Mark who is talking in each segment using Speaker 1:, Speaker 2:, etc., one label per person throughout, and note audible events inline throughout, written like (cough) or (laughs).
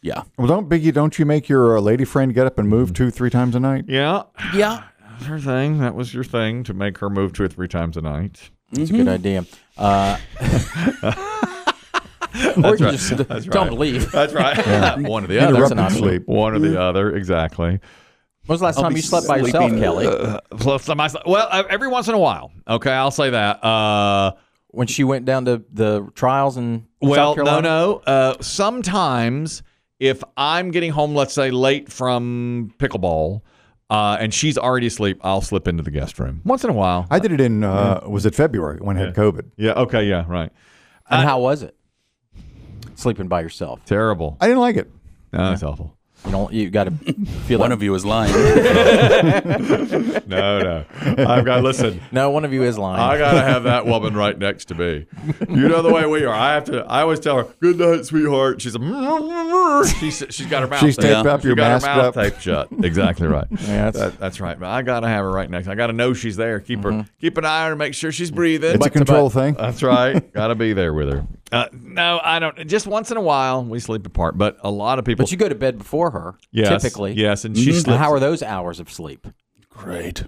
Speaker 1: Yeah,
Speaker 2: well, don't Biggie, don't you make your uh, lady friend get up and move two, three times a night?
Speaker 1: Mm-hmm. yeah.
Speaker 3: Yeah.
Speaker 1: That's Her thing. That was your thing to make her move two or three times a night.
Speaker 4: That's a good idea. Uh, or you just
Speaker 1: (laughs)
Speaker 4: don't leave.
Speaker 1: That's right. One or the
Speaker 4: Yeah, (laughs) that's
Speaker 1: other.
Speaker 4: an
Speaker 2: Interrupted
Speaker 4: option.
Speaker 1: (laughs)
Speaker 2: sleep.
Speaker 1: One or the other. Exactly.
Speaker 4: When was the last
Speaker 3: I'll
Speaker 4: time
Speaker 3: be
Speaker 4: you slept by yourself,
Speaker 3: sleeping.
Speaker 4: Kelly?
Speaker 1: Plus, some isol- Uh, (laughs) well, uh, every once in a while. Okay, I'll say that. Uh,
Speaker 4: when she went down to the trials in South
Speaker 1: Well, no,
Speaker 4: Carolina?
Speaker 1: no. Uh, sometimes if I'm getting home, let's say late from pickleball, uh, and she's already asleep, I'll slip into the guest room once in a while.
Speaker 2: I did it in uh, was it February when I had COVID.
Speaker 1: yeah. Okay. Yeah. Right.
Speaker 4: And how was it? Sleeping by yourself.
Speaker 1: Terrible.
Speaker 2: I didn't like it.
Speaker 1: No, that's awful.
Speaker 4: You don't. You got to feel
Speaker 3: One
Speaker 4: that.
Speaker 3: of you is lying.
Speaker 1: (laughs) No, no. I've got listen.
Speaker 4: no, one of you is lying.
Speaker 1: I gotta have that woman right next to me. You know the way we are. I have to. I always tell her, "Good night, sweetheart." She's a. She's she's got her mouth.
Speaker 2: She's
Speaker 1: taped.
Speaker 2: taped up,
Speaker 1: She
Speaker 2: you're
Speaker 1: got her
Speaker 2: masked
Speaker 1: mouth
Speaker 2: up.
Speaker 1: taped shut. Exactly right.
Speaker 4: (laughs) Yeah, that's-
Speaker 1: That- that's right. But I gotta have her right next. I gotta know she's there. Keep
Speaker 4: Mm-hmm.
Speaker 1: her. Keep an eye on her. Make sure she's breathing.
Speaker 2: It's a control thing.
Speaker 1: That's right. gotta be there with her. Uh, no, I don't. Just once in a while we sleep apart, but a lot of people.
Speaker 4: but you go to bed before her.
Speaker 1: yes,
Speaker 4: Typically.
Speaker 1: yes, and she
Speaker 4: And
Speaker 1: sleeps
Speaker 4: how are those hours of sleep?
Speaker 3: Great.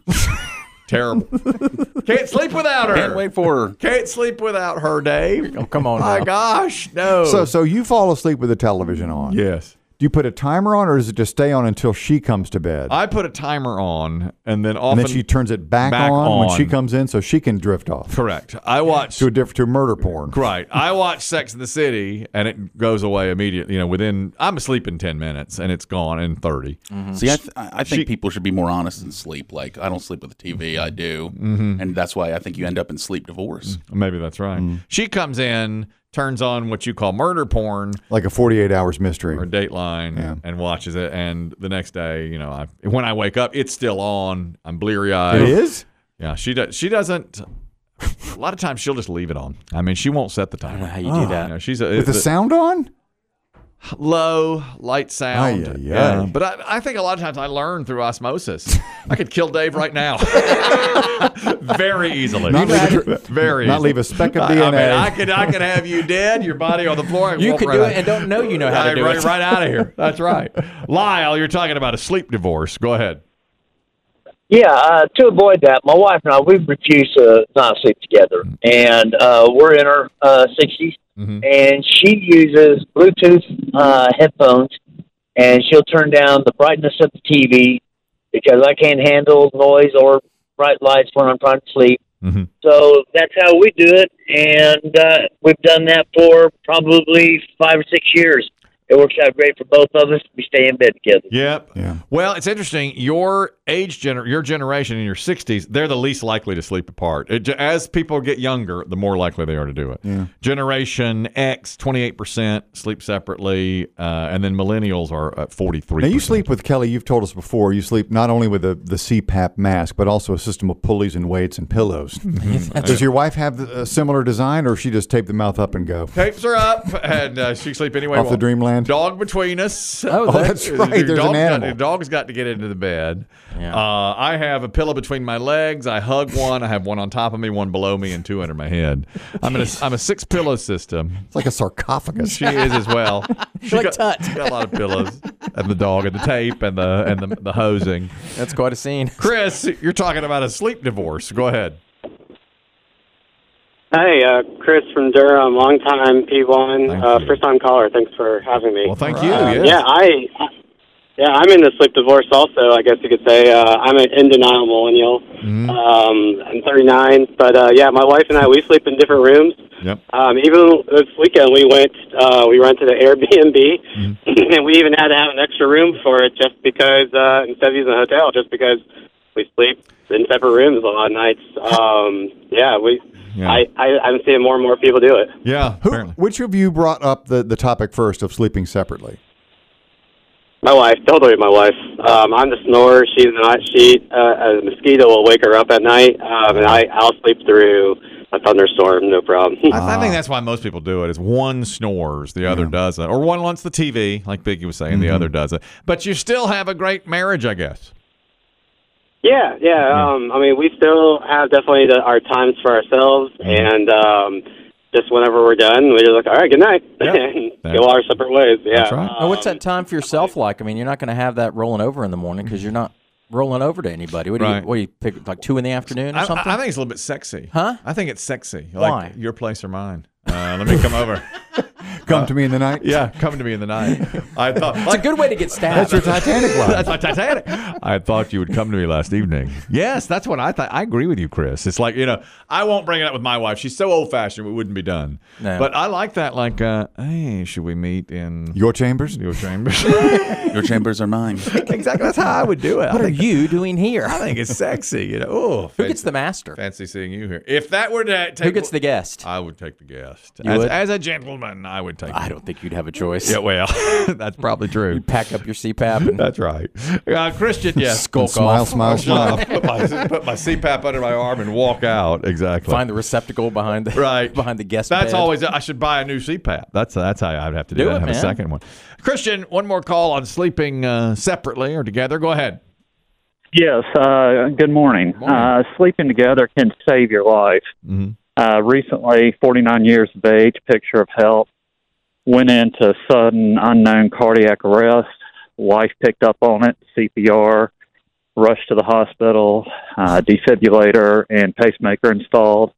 Speaker 1: terrible.
Speaker 4: (laughs)
Speaker 1: Can't sleep without her.
Speaker 3: Can't wait for her.
Speaker 1: Can't sleep without her, Dave.
Speaker 4: Oh, come on.
Speaker 1: My
Speaker 4: now.
Speaker 1: gosh, no.
Speaker 2: So, so you fall asleep with the television on.
Speaker 1: yes.
Speaker 2: Do you put a timer on, or does it just stay on until she comes to bed?
Speaker 1: I put a timer on, and then
Speaker 2: and
Speaker 1: often
Speaker 2: then she turns it back,
Speaker 1: Back
Speaker 2: on, when she
Speaker 1: on.
Speaker 2: comes in, so she can
Speaker 1: (laughs)
Speaker 2: drift off
Speaker 1: correct. I watch
Speaker 2: to a diff- to murder porn.
Speaker 1: right. I watch Sex in the City, and it goes away immediately. You know, within I'm asleep in ten minutes, and it's gone in 30
Speaker 3: (laughs)
Speaker 2: Mm.
Speaker 3: See, I, th- I I think
Speaker 1: She-
Speaker 3: people should be more honest in sleep. Like, I don't sleep with the TV, I do, and that's why I think you end up in sleep divorce.
Speaker 1: Maybe that's right.
Speaker 2: Mm.
Speaker 1: She comes in, turns on what you call murder porn
Speaker 2: Like a 48 hours mystery.
Speaker 1: or Dateline, and watches it. And the next day, you know, I when I wake up, it's still on. I'm bleary eyed. (laughs)
Speaker 2: It is?
Speaker 1: Yeah, she does. She doesn't. A lot of times she'll just leave it on. I mean, she won't set the timer.
Speaker 4: How you do that?
Speaker 1: You know, she's a,
Speaker 2: With the sound on?
Speaker 1: low light sound.
Speaker 2: Ay, ay, ay.
Speaker 1: Yeah. But I, I think a lot of times I learn through osmosis. I could kill Dave right
Speaker 2: (laughs)
Speaker 1: now, very easily.
Speaker 2: Not leave a tr-
Speaker 1: very.
Speaker 2: not
Speaker 1: easily.
Speaker 2: leave a speck of
Speaker 1: I- I, mean,
Speaker 2: DNA.
Speaker 1: I could I could have you dead, your body on the floor. and
Speaker 4: You
Speaker 1: walk
Speaker 4: could
Speaker 1: right
Speaker 4: do
Speaker 1: out.
Speaker 4: it and don't know you know how to
Speaker 1: Right-
Speaker 4: do
Speaker 1: right,
Speaker 4: it.
Speaker 1: right out of here. That's right. Lyle, you're talking about a sleep divorce. Go ahead.
Speaker 5: Yeah, uh, to avoid that, my wife and I we refuse to not sleep together, and uh, we're in our uh, 60s and she uses Bluetooth uh, headphones, and she'll turn down the brightness of the TV because I can't handle noise or bright lights when I'm trying to sleep.
Speaker 1: Mhm.
Speaker 5: So that's how we do it, and uh, we've done that for probably five or six years. It works out great for both of us. We stay in bed together.
Speaker 1: Yep.
Speaker 2: Yeah.
Speaker 1: Well, it's interesting. Your age, gener- your generation in your 60s, they're the least likely to sleep apart. It, as people get younger, the more likely they are to do it. Generation X, 28% sleep separately, uh, and then millennials are at 43.
Speaker 2: Now you sleep with Kelly. You've told us before. You sleep not only with the, the CPAP mask, but also a system of pulleys and weights
Speaker 1: (laughs)
Speaker 2: and pillows. Does your wife have a similar design, or she just tape the mouth up and go?
Speaker 1: Tapes are up, and uh, she sleep anyway.
Speaker 2: Off the
Speaker 1: Well,
Speaker 2: dreamland.
Speaker 1: Dog between us.
Speaker 2: (laughs)
Speaker 4: Oh,
Speaker 2: Oh, that's
Speaker 1: Your
Speaker 2: right. There's
Speaker 1: dog's
Speaker 2: an
Speaker 1: got-
Speaker 2: animal.
Speaker 1: your dog's got to get into the bed.
Speaker 4: Yeah.
Speaker 1: Uh, I have a pillow between my legs. I hug one. I have one on top of me, one below me, and two under my head. I'm in a, I'm a six pillow system.
Speaker 2: It's like a sarcophagus.
Speaker 1: (laughs) She is as
Speaker 2: (laughs)
Speaker 1: well. She
Speaker 4: like
Speaker 1: got,
Speaker 4: Tut.
Speaker 1: she got a lot of pillows and the dog and the tape and the and the, the hosing.
Speaker 4: That's quite a scene.
Speaker 1: Chris, you're talking about a sleep divorce. Go ahead.
Speaker 6: Hey, uh, Chris from Durham, long time P1,
Speaker 1: Thank
Speaker 6: uh,
Speaker 1: you.
Speaker 6: first time caller. Thanks for having me.
Speaker 1: Well, thank you.
Speaker 2: Right.
Speaker 1: yes.
Speaker 6: yeah, I, I, yeah, I'm in the sleep divorce also. I guess you could say uh, I'm an in denial millennial.
Speaker 1: Mm-hmm.
Speaker 6: Um, I'm 39, but uh, yeah, my wife and I we sleep in different rooms.
Speaker 1: Yep.
Speaker 6: Um, even this weekend we went, uh, we rented an Airbnb,
Speaker 1: Mm-hmm.
Speaker 6: (laughs) and we even had to have an extra room for it just because uh, instead of using a hotel, just because we sleep in separate rooms a lot of nights. Um, yeah, we.
Speaker 1: Yeah.
Speaker 6: I, I I'm seeing more and more people do it.
Speaker 1: Yeah.
Speaker 2: Who,
Speaker 1: apparently.
Speaker 2: which of you brought up the, the topic first of sleeping separately?
Speaker 6: My wife, totally my wife. Um, I'm the snorer. She's not. She uh, a mosquito will wake her up at night, um, and I I'll sleep through a thunderstorm, no problem.
Speaker 1: I, I
Speaker 4: Uh,
Speaker 1: think that's why most people do it. Is one snores, the other doesn't, or one wants the TV, like Biggie was saying,
Speaker 4: Mm-hmm.
Speaker 1: the other doesn't. But you still have a great marriage, I guess.
Speaker 6: yeah, yeah. Um, I mean, we still have definitely the, our times for ourselves,
Speaker 1: Mm-hmm.
Speaker 6: and um, just whenever we're done, we just like, all right, good night, (laughs) and
Speaker 1: That's-
Speaker 6: go all our separate ways. Yeah.
Speaker 1: That's right.
Speaker 4: Now, what's that time for yourself like? I mean, you're not going to have that rolling over in the morning because you're not rolling over to anybody. What do
Speaker 1: Right.
Speaker 4: you, what do you pick, like two in the afternoon or
Speaker 1: I,
Speaker 4: something?
Speaker 1: I- I think it's a little bit sexy.
Speaker 4: Huh?
Speaker 1: I think it's sexy.
Speaker 4: Why?
Speaker 1: Like your place or mine. Uh, let me come
Speaker 4: (laughs)
Speaker 1: over.
Speaker 2: Come to me in the night.
Speaker 1: Uh, Yeah, come to me in the night. I thought
Speaker 4: it's a good way to get stabbed.
Speaker 2: That's your Titanic
Speaker 1: (laughs)
Speaker 2: line.
Speaker 1: That's my Titanic. I thought you would come to me last evening. Yes, that's what I thought. I agree with you, Chris. It's like you know, I won't bring it up with my wife. She's so old fashioned. We wouldn't be done.
Speaker 4: No.
Speaker 1: But I like that. Like, uh, hey, should we meet in
Speaker 2: Your chambers?
Speaker 1: your
Speaker 2: (laughs)
Speaker 1: chambers?
Speaker 3: Your chambers are (laughs) mine.
Speaker 1: (laughs) exactly. That's how I would do it.
Speaker 4: what
Speaker 1: I
Speaker 4: are
Speaker 1: think,
Speaker 4: you doing here?
Speaker 1: I think it's sexy. You know, oh,
Speaker 4: Who gets the master?
Speaker 1: fancy seeing you here? If that were to take,
Speaker 4: Who gets the guest?
Speaker 1: I would take the guest.
Speaker 4: You
Speaker 1: As,
Speaker 4: would?
Speaker 1: as a gentleman, I would take.
Speaker 4: I
Speaker 1: it.
Speaker 4: don't think you'd have a choice.
Speaker 1: Yeah, well, (laughs) that's probably true.
Speaker 4: You'd pack up your CPAP (laughs) and
Speaker 1: That's right. Uh, (laughs) Christian, yeah.
Speaker 4: skulk
Speaker 2: Smile,
Speaker 4: off.
Speaker 2: smile, smile.
Speaker 1: I put my, put my CPAP under my arm and walk out. Exactly.
Speaker 4: Find the receptacle behind the
Speaker 1: right
Speaker 4: (laughs) behind the guest.
Speaker 1: That's
Speaker 4: bed.
Speaker 1: always. I should buy a new CPAP. That's that's how I'd have to do,
Speaker 4: Do
Speaker 1: that.
Speaker 4: it,
Speaker 1: have a
Speaker 4: man.
Speaker 1: second one. Christian, one more call on sleeping uh, separately or together. Go ahead.
Speaker 7: Yes. Uh, good morning. Uh, sleeping together can save your life.
Speaker 1: Mhm.
Speaker 7: Uh, recently, 49 years of age, picture of health, went into sudden unknown cardiac arrest. Wife picked up on it, CPR, rushed to the hospital, uh, defibrillator and pacemaker installed.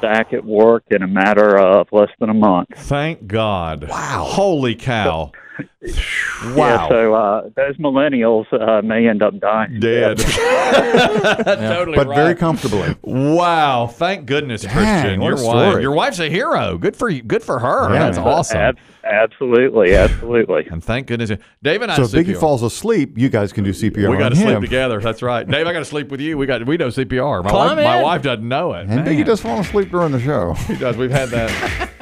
Speaker 7: Back at work in a matter of less than a month.
Speaker 1: Thank God. Wow. Holy cow.
Speaker 7: Yeah, so uh, those millennials uh, may end up dying.
Speaker 1: Dead. Totally
Speaker 2: But
Speaker 1: right.
Speaker 2: very comfortably.
Speaker 1: wow. Thank goodness, Christian.
Speaker 2: what
Speaker 1: Your
Speaker 2: a
Speaker 1: wife.
Speaker 2: story.
Speaker 1: Your wife's a hero. Good for you. Good for her.
Speaker 2: Yeah,
Speaker 1: That's
Speaker 2: man.
Speaker 1: awesome.
Speaker 7: Ab- absolutely, absolutely.
Speaker 1: and thank goodness, Dave and (laughs) I.
Speaker 2: So if
Speaker 1: sleep
Speaker 2: Biggie falls asleep, you guys can do CPR.
Speaker 1: We
Speaker 2: got to
Speaker 1: sleep together. That's right, Dave. I got to sleep with you. We got we know CPR. My, wife,
Speaker 4: Climb
Speaker 1: my
Speaker 4: in.
Speaker 1: wife doesn't know it.
Speaker 2: And
Speaker 1: Man.
Speaker 2: Biggie does fall asleep during the show.
Speaker 1: He does. We've (laughs) had that.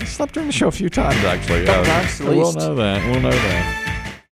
Speaker 1: He slept during the show a few times, actually. Yeah.
Speaker 4: times at
Speaker 1: We'll
Speaker 4: least.
Speaker 1: know that. We'll know that.